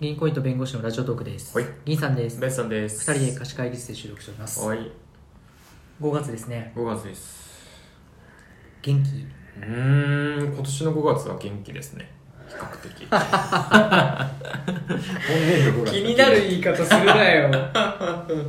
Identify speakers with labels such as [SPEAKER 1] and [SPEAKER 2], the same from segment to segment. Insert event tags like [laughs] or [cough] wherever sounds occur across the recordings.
[SPEAKER 1] 銀行員と弁護士のラジオトークです。
[SPEAKER 2] はい
[SPEAKER 1] 銀さんです。
[SPEAKER 2] ベンさんです
[SPEAKER 1] 二人で貸し会議室で収録しております。
[SPEAKER 2] はい
[SPEAKER 1] 5月ですね。
[SPEAKER 2] 5月です
[SPEAKER 1] 元気
[SPEAKER 2] うーん今年の5月は元気ですね比較的本年度5月
[SPEAKER 1] 言い方するな [laughs] よ。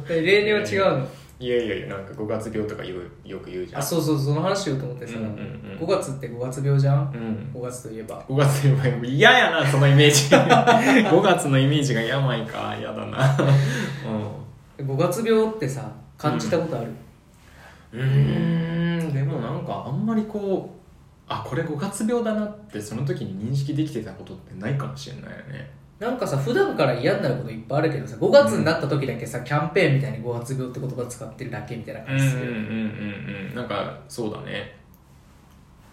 [SPEAKER 1] 例
[SPEAKER 2] 年は違うのいやいやいやなんか5月病とか言うよく言うじゃん
[SPEAKER 1] あ、そうそう、その話しようと思ってさ、
[SPEAKER 2] うんうんうん
[SPEAKER 1] 5月って5月病じゃん
[SPEAKER 2] う
[SPEAKER 1] ?5
[SPEAKER 2] ん
[SPEAKER 1] 月といえば。
[SPEAKER 2] 5月の病嫌やなそのイメー [laughs] ジ5月のイメージが病か嫌だな
[SPEAKER 1] 5月病ってさ、感じたことある、
[SPEAKER 2] うんうーんでもなんかあんまりこうあこれ5月病だなってその時に認識できてたことってないかもしれないよね
[SPEAKER 1] なんかさ、普段から嫌になることいっぱいあるけどさ、5月になった時だけさ、キャンペーンみたいに5月病って言葉使ってるだけみたいな
[SPEAKER 2] うん
[SPEAKER 1] 感
[SPEAKER 2] うん
[SPEAKER 1] じ
[SPEAKER 2] うん
[SPEAKER 1] する。
[SPEAKER 2] うんうんなんかそうだね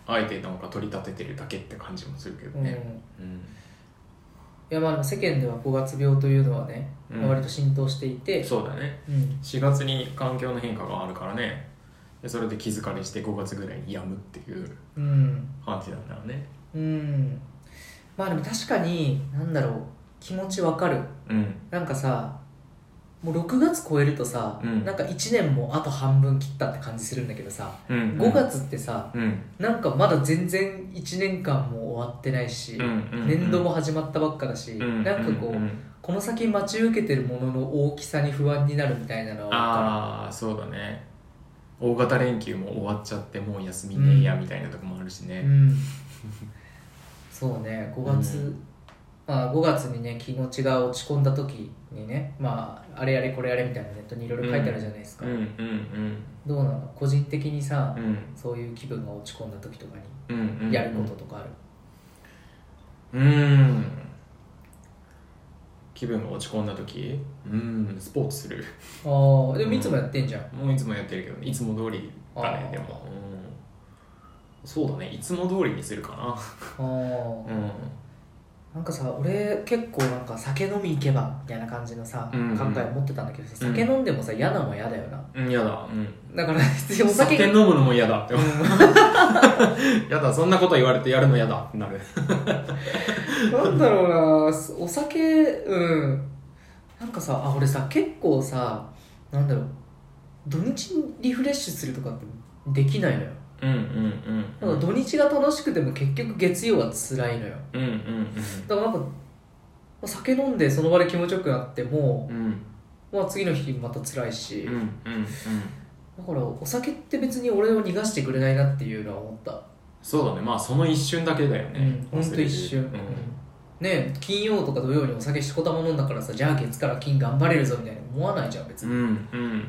[SPEAKER 2] あえてなんか取り立ててるだけって感じもするけど
[SPEAKER 1] うん
[SPEAKER 2] ねうん、
[SPEAKER 1] いやまあ世間では5月病というのはね、
[SPEAKER 2] うん
[SPEAKER 1] 割と浸透していて、
[SPEAKER 2] そうだね
[SPEAKER 1] うん、
[SPEAKER 2] 4月に環境の変化があるからねでそれで気づかれして5月ぐらいにやむっていう
[SPEAKER 1] うん、
[SPEAKER 2] 感じなんだろうね
[SPEAKER 1] うん、まあでも確かに、なんだろう、気持ちわかる。
[SPEAKER 2] うん
[SPEAKER 1] なんかさ、もう6月超えるとさ、
[SPEAKER 2] うん
[SPEAKER 1] なんか1年もあと半分切ったって感じするんだけどさ、
[SPEAKER 2] うんうん
[SPEAKER 1] 5月ってさ、
[SPEAKER 2] うん
[SPEAKER 1] なんかまだ全然1年間も終わってないし、
[SPEAKER 2] うんうんうん
[SPEAKER 1] 年度も始まったばっかだし、
[SPEAKER 2] うん
[SPEAKER 1] なんかこう、
[SPEAKER 2] うんうん
[SPEAKER 1] この先待ち受けてるものの大きさに不安になるみたいなのはわか
[SPEAKER 2] ああそうだね大型連休も終わっちゃってもう休みねえやみたいなとこもあるし
[SPEAKER 1] る、
[SPEAKER 2] ね
[SPEAKER 1] うん、そうね5月、
[SPEAKER 2] うん
[SPEAKER 1] まあ、5月にね気持ちが落ち込んだ時にね、まあ、あれやれこれやれみたいなネットにいろいろ書いてあるじゃないです
[SPEAKER 2] う
[SPEAKER 1] か、
[SPEAKER 2] んうん
[SPEAKER 1] どうなの個人的にさ、
[SPEAKER 2] うんうん
[SPEAKER 1] そういう気分が落ち込んだ時とか
[SPEAKER 2] うんうん
[SPEAKER 1] にやることとかある、
[SPEAKER 2] うーん気分が落ち込んだ時うーんスポーツする
[SPEAKER 1] ああでもいつもやってんじゃん、
[SPEAKER 2] もういつもやってるけどいつも通りだ
[SPEAKER 1] あ
[SPEAKER 2] ね
[SPEAKER 1] ー
[SPEAKER 2] でも、うん、そうだねいつも通りにするか
[SPEAKER 1] あ
[SPEAKER 2] な
[SPEAKER 1] あなんかさ俺結構なんか酒飲み行けばみたいな感じのさ、
[SPEAKER 2] うんうん
[SPEAKER 1] 考えを持ってたんだけどさ
[SPEAKER 2] うん
[SPEAKER 1] 酒飲んでもさ嫌なもん嫌だよな
[SPEAKER 2] うん嫌だ、うん、
[SPEAKER 1] だから別にお酒
[SPEAKER 2] 酒
[SPEAKER 1] が
[SPEAKER 2] 飲むのも嫌だって思う嫌だそんなこと言われ [laughs] てやるの嫌だってなる
[SPEAKER 1] なんだろうなお酒うんなんかさあ俺さ結構さなんだろう土日にリフレッシュするとかってできないのよ
[SPEAKER 2] うんうん
[SPEAKER 1] な
[SPEAKER 2] うん
[SPEAKER 1] んか土日が楽しくても結局月曜は辛いのよ
[SPEAKER 2] うんうん
[SPEAKER 1] だからなんか酒飲んでその場で気持ちよくなっても、
[SPEAKER 2] うんうん
[SPEAKER 1] まあ、次の日また辛いし、
[SPEAKER 2] うんうん
[SPEAKER 1] だからお酒って別に俺を逃がしてくれないなっていうのは思った、
[SPEAKER 2] そうだねまあその一瞬だけだよね、
[SPEAKER 1] うんほんと一瞬、
[SPEAKER 2] うん
[SPEAKER 1] ねえ金曜とか土曜にお酒しこたま飲んだからさじゃあ月から金頑張れるぞみたいな思わないじゃん別
[SPEAKER 2] う
[SPEAKER 1] に、
[SPEAKER 2] んうん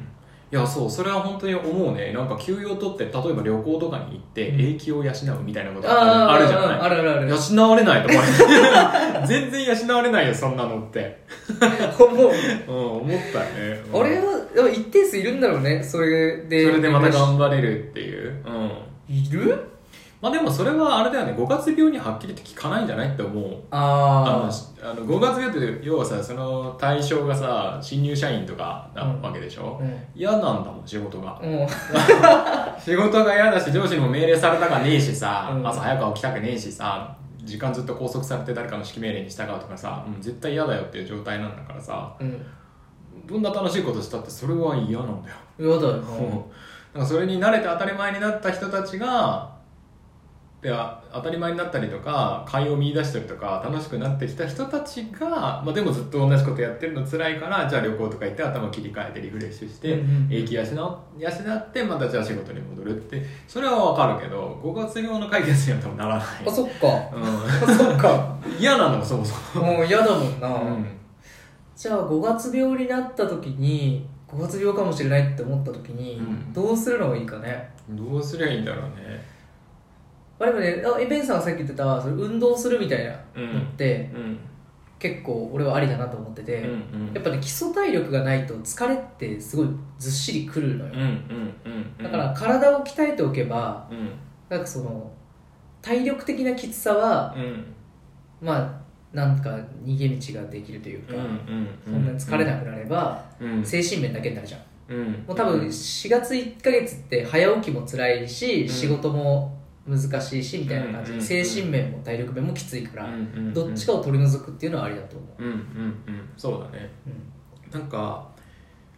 [SPEAKER 2] いやそうそれは本当に思うねなんか休養取って例えば旅行とかに行って
[SPEAKER 1] うん
[SPEAKER 2] 永久を養うみたいなこと
[SPEAKER 1] あ
[SPEAKER 2] が
[SPEAKER 1] あ
[SPEAKER 2] あるじゃ
[SPEAKER 1] あ
[SPEAKER 2] な
[SPEAKER 1] るあるあ
[SPEAKER 2] い
[SPEAKER 1] る
[SPEAKER 2] 養われないと
[SPEAKER 1] [laughs]
[SPEAKER 2] 思う全然養われないよそんなのって、
[SPEAKER 1] もう
[SPEAKER 2] うん、思ったよね、うん
[SPEAKER 1] 俺はでも一定数いるんだろうねそれ
[SPEAKER 2] そ
[SPEAKER 1] で
[SPEAKER 2] れでまた頑張れるっていう、うん、
[SPEAKER 1] いる
[SPEAKER 2] まあでもそれはあれだよね5月病にはっきりと効かないんじゃないって思うあ
[SPEAKER 1] あ
[SPEAKER 2] のしあの5月病って要はさその対象がさ新入社員とかなわけでし
[SPEAKER 1] あ
[SPEAKER 2] ょ、
[SPEAKER 1] うん
[SPEAKER 2] 嫌なんだもん仕事が
[SPEAKER 1] もう
[SPEAKER 2] 仕事が嫌だし上司にも命令されたかねえしさ、
[SPEAKER 1] うん
[SPEAKER 2] 朝早く起きたくねえしさ時間ずっと拘束されて誰かの指揮命令に従うとかさ、うん、絶対嫌だよっていう状態なんだからさ
[SPEAKER 1] うん
[SPEAKER 2] どんな楽しいことしたってそれは嫌なんだよ、
[SPEAKER 1] やだよ
[SPEAKER 2] うん
[SPEAKER 1] な
[SPEAKER 2] [laughs] なんかそれに慣れて当たり前になった人たちがであ当たり前になったりとか快を見出したりとか楽しくなってきた人たちが、まあ、でもずっと同じことやってるの辛いからじゃあ旅行とか行って頭切り替えてリフレッシュして
[SPEAKER 1] うんうん
[SPEAKER 2] 英気養養ってまたじゃあ仕事に戻るってそれはわかるけど5月病の解決には多分ならない、
[SPEAKER 1] あそっか
[SPEAKER 2] う
[SPEAKER 1] あそっか
[SPEAKER 2] ん、嫌なのそもそも、
[SPEAKER 1] もう嫌だもんな、
[SPEAKER 2] うん
[SPEAKER 1] じゃあ5月病になった時に5月病かもしれないって思った時に、
[SPEAKER 2] うん
[SPEAKER 1] どうするのがいいかね
[SPEAKER 2] どうすりゃいいんだろうね
[SPEAKER 1] あでもねあエベンさんがさっき言ってたそれ運動するみたいなのって、
[SPEAKER 2] うん
[SPEAKER 1] 結構俺はありだなと思ってて、
[SPEAKER 2] うんうん
[SPEAKER 1] やっぱね基礎体力がないと疲れってすごいずっしりくるのよ、
[SPEAKER 2] うんうんうんうん
[SPEAKER 1] だから体を鍛えておけば
[SPEAKER 2] うん
[SPEAKER 1] なんかその体力的なきつさは
[SPEAKER 2] うん
[SPEAKER 1] まあなんか逃げ道ができるというか、そんなに疲れなくなれば、
[SPEAKER 2] うん
[SPEAKER 1] 精神面だけになるじゃん
[SPEAKER 2] うん
[SPEAKER 1] もう多分4月1ヶ月って早起きも辛いし、
[SPEAKER 2] ん
[SPEAKER 1] 仕事も難しいしみたいな感じ、
[SPEAKER 2] うんうんうん
[SPEAKER 1] 精神面も体力面もきついから、
[SPEAKER 2] うんうん
[SPEAKER 1] どっちかを取り除くっていうのはありだと思
[SPEAKER 2] うんうんうんそうだね
[SPEAKER 1] う、うん
[SPEAKER 2] なんか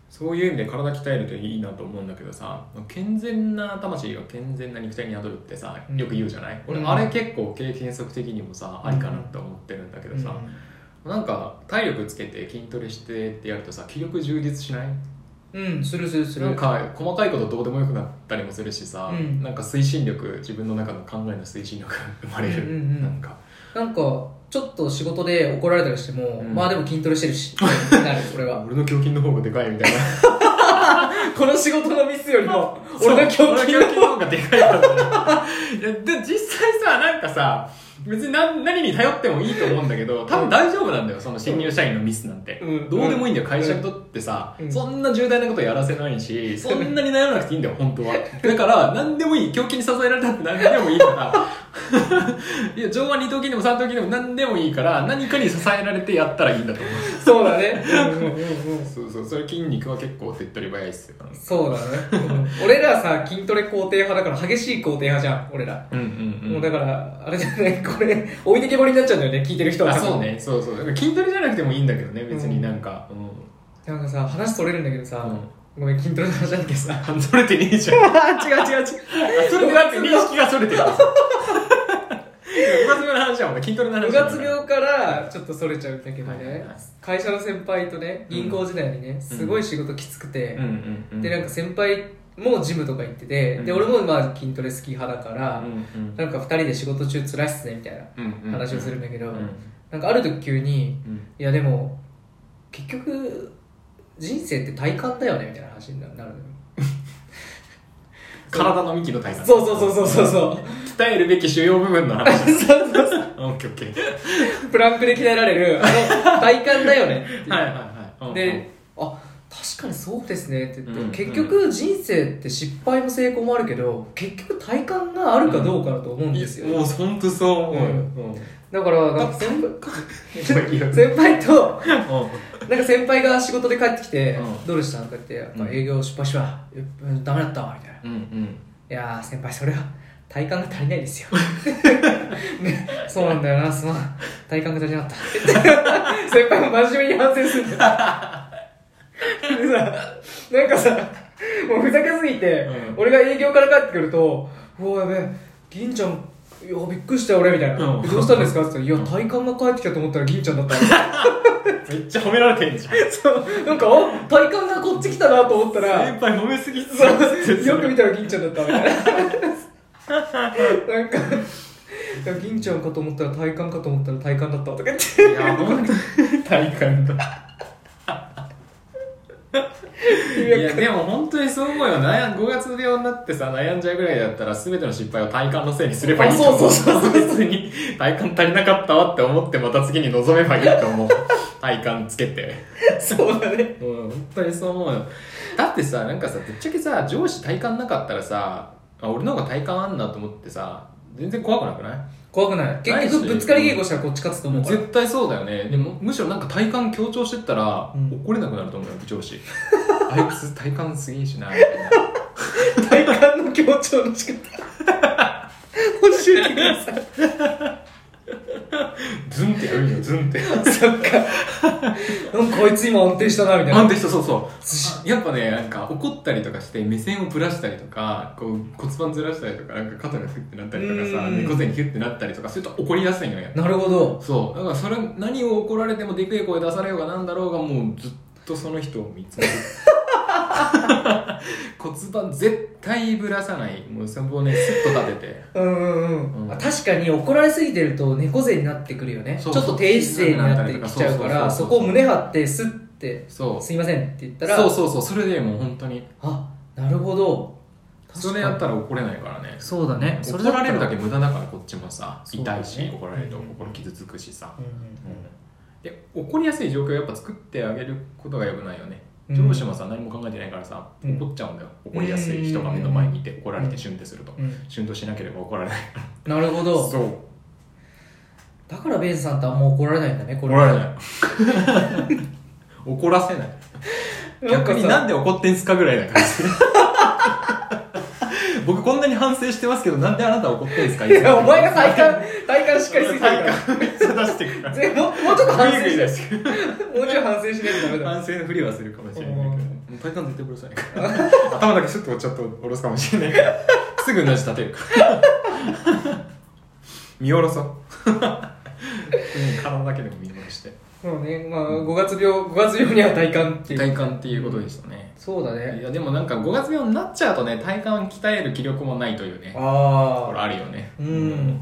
[SPEAKER 2] そういう意味で体鍛えるといいなと思うんだけどさ健全な魂が健全な肉体に宿るってさ
[SPEAKER 1] うん
[SPEAKER 2] よく言うじゃない、
[SPEAKER 1] うん
[SPEAKER 2] 俺あれ結構経験則的にもさありかなって思ってるんだけどさ、なんか体力つけて筋トレしてってやるとさ気力充実しない
[SPEAKER 1] うん、うん、するするする
[SPEAKER 2] なんか細かいことどうでもよくなったりもするしさ、
[SPEAKER 1] うん
[SPEAKER 2] なんか推進力自分の中の考えの推進力が生まれる、
[SPEAKER 1] うんうんうん
[SPEAKER 2] なんか
[SPEAKER 1] なんかちょっと仕事で怒られたりしても、
[SPEAKER 2] うん
[SPEAKER 1] まあでも筋トレしてるしってなる俺は
[SPEAKER 2] 俺の胸筋の方がでかいみたいな
[SPEAKER 1] この仕事のミスよりも
[SPEAKER 2] [laughs]
[SPEAKER 1] 俺が
[SPEAKER 2] 俺の
[SPEAKER 1] 今日
[SPEAKER 2] 胸筋の方がでかいからね [laughs] いやで実際さなんかさ別に何何に頼ってもいいと思うんだけど多分大丈夫なんだよその新入社員のミスなんて、
[SPEAKER 1] うん
[SPEAKER 2] どうでもいいんだよ会社にとってさ、
[SPEAKER 1] うん
[SPEAKER 2] そんな重大なことやらせないしそんなに悩まなくていいんだよ本当はだから何でもいい胸筋に支えられたって何でもいいから [laughs] いや上腕二頭筋でも三頭筋でも何でもいいから何かに支えられてやったらいいんだと思う
[SPEAKER 1] そうだね、うんうんうんうん
[SPEAKER 2] そうそうそれ筋肉は結構手っ取り早いっすよ
[SPEAKER 1] そうだね、うん俺らさ筋トレ肯定派だから激しい肯定派じゃん俺ら、
[SPEAKER 2] うんうんうん
[SPEAKER 1] もうだからあれじゃないこれ置いてけぼりになっちゃうんだよね聞いてる人は
[SPEAKER 2] あそうねそうそうだから筋トレじゃなくてもいいんだけどね別になんかうん、
[SPEAKER 1] なんかさ話それるんだけどさ、ごめん筋トレの話なんだけどさ
[SPEAKER 2] うん、それてねえじゃん
[SPEAKER 1] 違う違う違う
[SPEAKER 2] それでだって認識がそれてる五月病の話はもう筋トレの話
[SPEAKER 1] 五
[SPEAKER 2] じゃない
[SPEAKER 1] 月病からちょっとそれちゃうんだけどね、
[SPEAKER 2] はいはいはい
[SPEAKER 1] 会社の先輩とね銀行時代にね、すごい仕事きつくて
[SPEAKER 2] うん、うんうん
[SPEAKER 1] でなんか先輩もジムとか行ってて、で
[SPEAKER 2] うん
[SPEAKER 1] 俺もまあ筋トレ好き派だから、
[SPEAKER 2] うんうん
[SPEAKER 1] なんか2人で仕事中辛いっすねみたいな
[SPEAKER 2] うんうん
[SPEAKER 1] 話をするんだけど、
[SPEAKER 2] うん
[SPEAKER 1] なんかある時急に
[SPEAKER 2] うん
[SPEAKER 1] いやでも結局人生って体感だよねみたいな話になるのよ
[SPEAKER 2] 体の幹の体感
[SPEAKER 1] そうそうそうそうそうそう [laughs]
[SPEAKER 2] 鍛えるべき主要部分の話
[SPEAKER 1] そうそうそ
[SPEAKER 2] オッケーオッケー
[SPEAKER 1] うプランクで鍛えられるあの体感だよねっていう
[SPEAKER 2] はいはいはい
[SPEAKER 1] で、あ確かにそうですねって言って、
[SPEAKER 2] うん
[SPEAKER 1] 結局人生って失敗も成功もあるけど結局体感があるかどうかだと思う
[SPEAKER 2] うんん
[SPEAKER 1] ですよ、
[SPEAKER 2] もう本当そう思う
[SPEAKER 1] う
[SPEAKER 2] よ、うん
[SPEAKER 1] だからなんか先
[SPEAKER 2] いいよ
[SPEAKER 1] 輩先輩と
[SPEAKER 2] うん
[SPEAKER 1] なんか先輩が仕事で帰ってきて「
[SPEAKER 2] うん
[SPEAKER 1] どうでした?」とか言って「やっぱ
[SPEAKER 2] うん
[SPEAKER 1] 営業失敗しは、うん、ダメだったわ」みたいな「い
[SPEAKER 2] うんうん
[SPEAKER 1] やー先輩それは体感が足りない
[SPEAKER 2] [laughs]
[SPEAKER 1] ですよ」ねそうなんだよなすまん体感が足りなか
[SPEAKER 2] [laughs]
[SPEAKER 1] った」先輩も真面目に反省するんだよでさなんかさもうふざけすぎて、
[SPEAKER 2] うん
[SPEAKER 1] 俺が営業から帰ってくると「うわやべえ銀ちゃんいやびっくりしたよ俺」みたいな
[SPEAKER 2] う
[SPEAKER 1] 「
[SPEAKER 2] ん
[SPEAKER 1] えどうしたんですか?」って言ったら「いや体感が帰ってきたと思ったら銀ちゃんだったわ」
[SPEAKER 2] [laughs] めっちゃ褒められてんじゃん
[SPEAKER 1] そう、なんか、お体感がこっち来たなと思ったら、
[SPEAKER 2] 先輩褒めすぎっす
[SPEAKER 1] そ
[SPEAKER 2] よ
[SPEAKER 1] うよく見たら銀ちゃんだったみたい [laughs] な。なんか、いや銀ちゃんかと思ったら体感かと思ったら体感だったとか言って、
[SPEAKER 2] いや、本当に体感だ。いや、でも本当にそう思うよ。悩ん5月病になってさ、悩んじゃうぐらいだったら、全ての失敗を体感のせいにすればいいと思う。
[SPEAKER 1] あそうそうそう
[SPEAKER 2] 別に、体感足りなかったわって思って、また次に臨めばいいと思う。体感つけて。
[SPEAKER 1] そうだね。
[SPEAKER 2] うん、本当にそう思うよ。だってさ、なんかさ、ぶっちゃけさ、上司体感なかったらさ、あ、俺の方が体感あんなと思ってさ、全然怖くなくない
[SPEAKER 1] 怖くない結局、ぶつかり稽古したらこっち勝つと思うから。
[SPEAKER 2] 絶対そうだよねでもむしろなんか体感強調してったら、
[SPEAKER 1] うん
[SPEAKER 2] 怒れなくなると思うよ上 [laughs] 司あいつ体感すげえしなみたいな
[SPEAKER 1] 体感の強調の仕方。教えてくだ [laughs] さい。
[SPEAKER 2] ズンってやるんよズンって
[SPEAKER 1] そっか。なんかこいつ今安定したな、みたい
[SPEAKER 2] 安
[SPEAKER 1] な。
[SPEAKER 2] 定したそうそうやっぱねなんか怒ったりとかして目線をぶらしたりとかこう骨盤ずらしたりとかなんか肩がヒュッてなったりとかさ
[SPEAKER 1] うん
[SPEAKER 2] 猫背にヒュッてなったりとかすると怒りやすいのよ
[SPEAKER 1] なるほど。
[SPEAKER 2] そうだからそれ何を怒られてもでけえ声出されようがなんだろうがもうずっとその人を見つ
[SPEAKER 1] [laughs]
[SPEAKER 2] める骨盤絶対ぶらさないもうそこをねスッと立てて
[SPEAKER 1] うんうんうん
[SPEAKER 2] うん
[SPEAKER 1] あ確かに怒られすぎてると猫背になってくるよねちょ
[SPEAKER 2] そ
[SPEAKER 1] っ
[SPEAKER 2] う
[SPEAKER 1] と低姿勢になってきちゃうからそう
[SPEAKER 2] そそうそうそう
[SPEAKER 1] こを胸張ってスッて「
[SPEAKER 2] そう
[SPEAKER 1] すいません」って言ったら
[SPEAKER 2] そうそうそうそれでもう本当に
[SPEAKER 1] あなるほど
[SPEAKER 2] それやった
[SPEAKER 1] ら
[SPEAKER 2] ら怒れないからね
[SPEAKER 1] そうだねそ
[SPEAKER 2] 怒
[SPEAKER 1] だった
[SPEAKER 2] られるだけ無駄だからこっちもさ
[SPEAKER 1] そうだ
[SPEAKER 2] 痛
[SPEAKER 1] ね
[SPEAKER 2] いし、怒られると
[SPEAKER 1] うん
[SPEAKER 2] 心傷つくしさ、
[SPEAKER 1] うんうん
[SPEAKER 2] うんで怒りやすい状況をやっぱ作ってあげることがよくないよね
[SPEAKER 1] うん
[SPEAKER 2] 上司もさ何も考えてないからさ、
[SPEAKER 1] うん
[SPEAKER 2] 怒っちゃうんだよ怒りやすい人が目の前にいて怒られてシュンってすると、
[SPEAKER 1] うん
[SPEAKER 2] シュンとしなければ怒られない
[SPEAKER 1] なるほど
[SPEAKER 2] そう
[SPEAKER 1] だからベンさんってあんま怒られないんだねこ
[SPEAKER 2] 怒
[SPEAKER 1] れ
[SPEAKER 2] られない [laughs] 怒らせない
[SPEAKER 1] なんかさ
[SPEAKER 2] 逆になんで怒ってんすかぐらいな感じ僕こんなに反省してますけどなんであなた怒ってるんですか
[SPEAKER 1] いやお前が体幹体幹しっかりついてる
[SPEAKER 2] [laughs] 体
[SPEAKER 1] か
[SPEAKER 2] 感めっちゃ出してくからら
[SPEAKER 1] ぜもうもうちょっと反省し
[SPEAKER 2] グイ
[SPEAKER 1] て
[SPEAKER 2] グイ出してくる
[SPEAKER 1] もうちょい反省しないとダメだ
[SPEAKER 2] 反省のふりはするかもしれないけどもう体感絶対下ろさないから [laughs] 頭だけちょっとちょっと下ろすかもしれないからすぐ同じ立てるから [laughs] 見下ろそううん [laughs] 体だけでも見下ろして
[SPEAKER 1] そうねまあ5月病5月病には体幹っていう
[SPEAKER 2] 体感っていうことでしたね
[SPEAKER 1] そうだね
[SPEAKER 2] いやでもなんか5月病になっちゃうとね体幹鍛える気力もないというねところ
[SPEAKER 1] ああ
[SPEAKER 2] あるよね
[SPEAKER 1] うん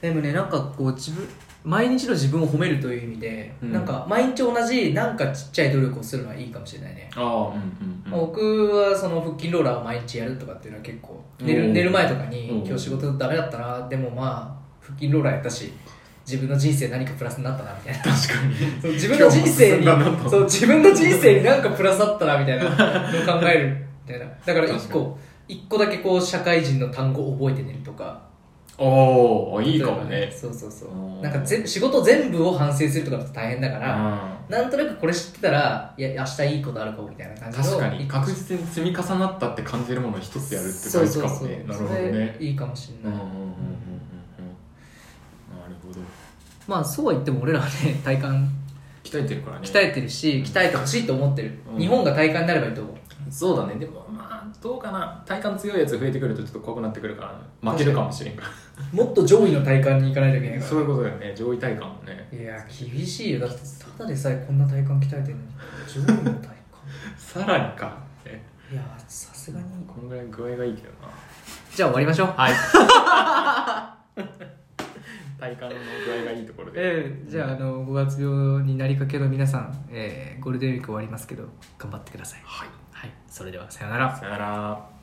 [SPEAKER 1] でもねなんかこう自分毎日の自分を褒めるという意味で、
[SPEAKER 2] うん
[SPEAKER 1] なんか毎日同じなんかちっちゃい努力をするのはいいかもしれないね、
[SPEAKER 2] ああうんうん
[SPEAKER 1] まあ
[SPEAKER 2] うん
[SPEAKER 1] 僕はその腹筋ローラーを毎日やるとかっていうのは結構寝
[SPEAKER 2] お
[SPEAKER 1] る
[SPEAKER 2] ー
[SPEAKER 1] 寝る前とかに
[SPEAKER 2] うん
[SPEAKER 1] 今日仕事ダメだったなでもまあ腹筋ローラーやったし自分の人生何かプラスになったなみたいな
[SPEAKER 2] 確かに
[SPEAKER 1] そう自分の人生に
[SPEAKER 2] 今日も進んだなと
[SPEAKER 1] そう自分の人生になんかプラスだったなみたいなのを考えるみたいなだから一個一個だけこう社会人の単語を覚えて寝るとか
[SPEAKER 2] おおいいかもね
[SPEAKER 1] そうそうそう
[SPEAKER 2] うん
[SPEAKER 1] なんかぜ仕事全部を反省するとかって大変だか
[SPEAKER 2] う
[SPEAKER 1] ら、
[SPEAKER 2] ん
[SPEAKER 1] なんとなくこれ知ってたらいや明日いいことあるかもみたいな感じの
[SPEAKER 2] 確かに確実に積み重なったって感じるものを一つやるって
[SPEAKER 1] そう
[SPEAKER 2] 大
[SPEAKER 1] そ
[SPEAKER 2] 事
[SPEAKER 1] う
[SPEAKER 2] か
[SPEAKER 1] そ
[SPEAKER 2] も
[SPEAKER 1] う
[SPEAKER 2] ねなるほどね
[SPEAKER 1] それいいかもし
[SPEAKER 2] う
[SPEAKER 1] れ
[SPEAKER 2] んう
[SPEAKER 1] なんい、
[SPEAKER 2] うんうんうんうんなるほど
[SPEAKER 1] まあそうは言っても俺らはね体幹
[SPEAKER 2] 鍛えてるからね
[SPEAKER 1] 鍛えてるし、鍛えてほしいと思ってる、
[SPEAKER 2] うん
[SPEAKER 1] 日本が体幹になればいいと思う
[SPEAKER 2] そうだねでもまあどうかな体幹強いやつ増えてくるとちょっと怖くなってくるから負けるかもしれんか
[SPEAKER 1] もっと上位の体幹に行かないといけない
[SPEAKER 2] ら
[SPEAKER 1] か
[SPEAKER 2] そういうことだよね上位体幹もね
[SPEAKER 1] らいや厳しいよだってただでさえこんな体幹鍛えてるのに上位の体幹
[SPEAKER 2] さらにかね
[SPEAKER 1] いやさすがに
[SPEAKER 2] このぐらい具合がいいけどな
[SPEAKER 1] じゃあ終わりましょう
[SPEAKER 2] はい体幹の具合がいいところで
[SPEAKER 1] ええじゃああの5月病になりかけの皆さん、ええゴールデンウィーク終わりますけど頑張ってください
[SPEAKER 2] はい
[SPEAKER 1] はいそれではさようなら
[SPEAKER 2] さよなら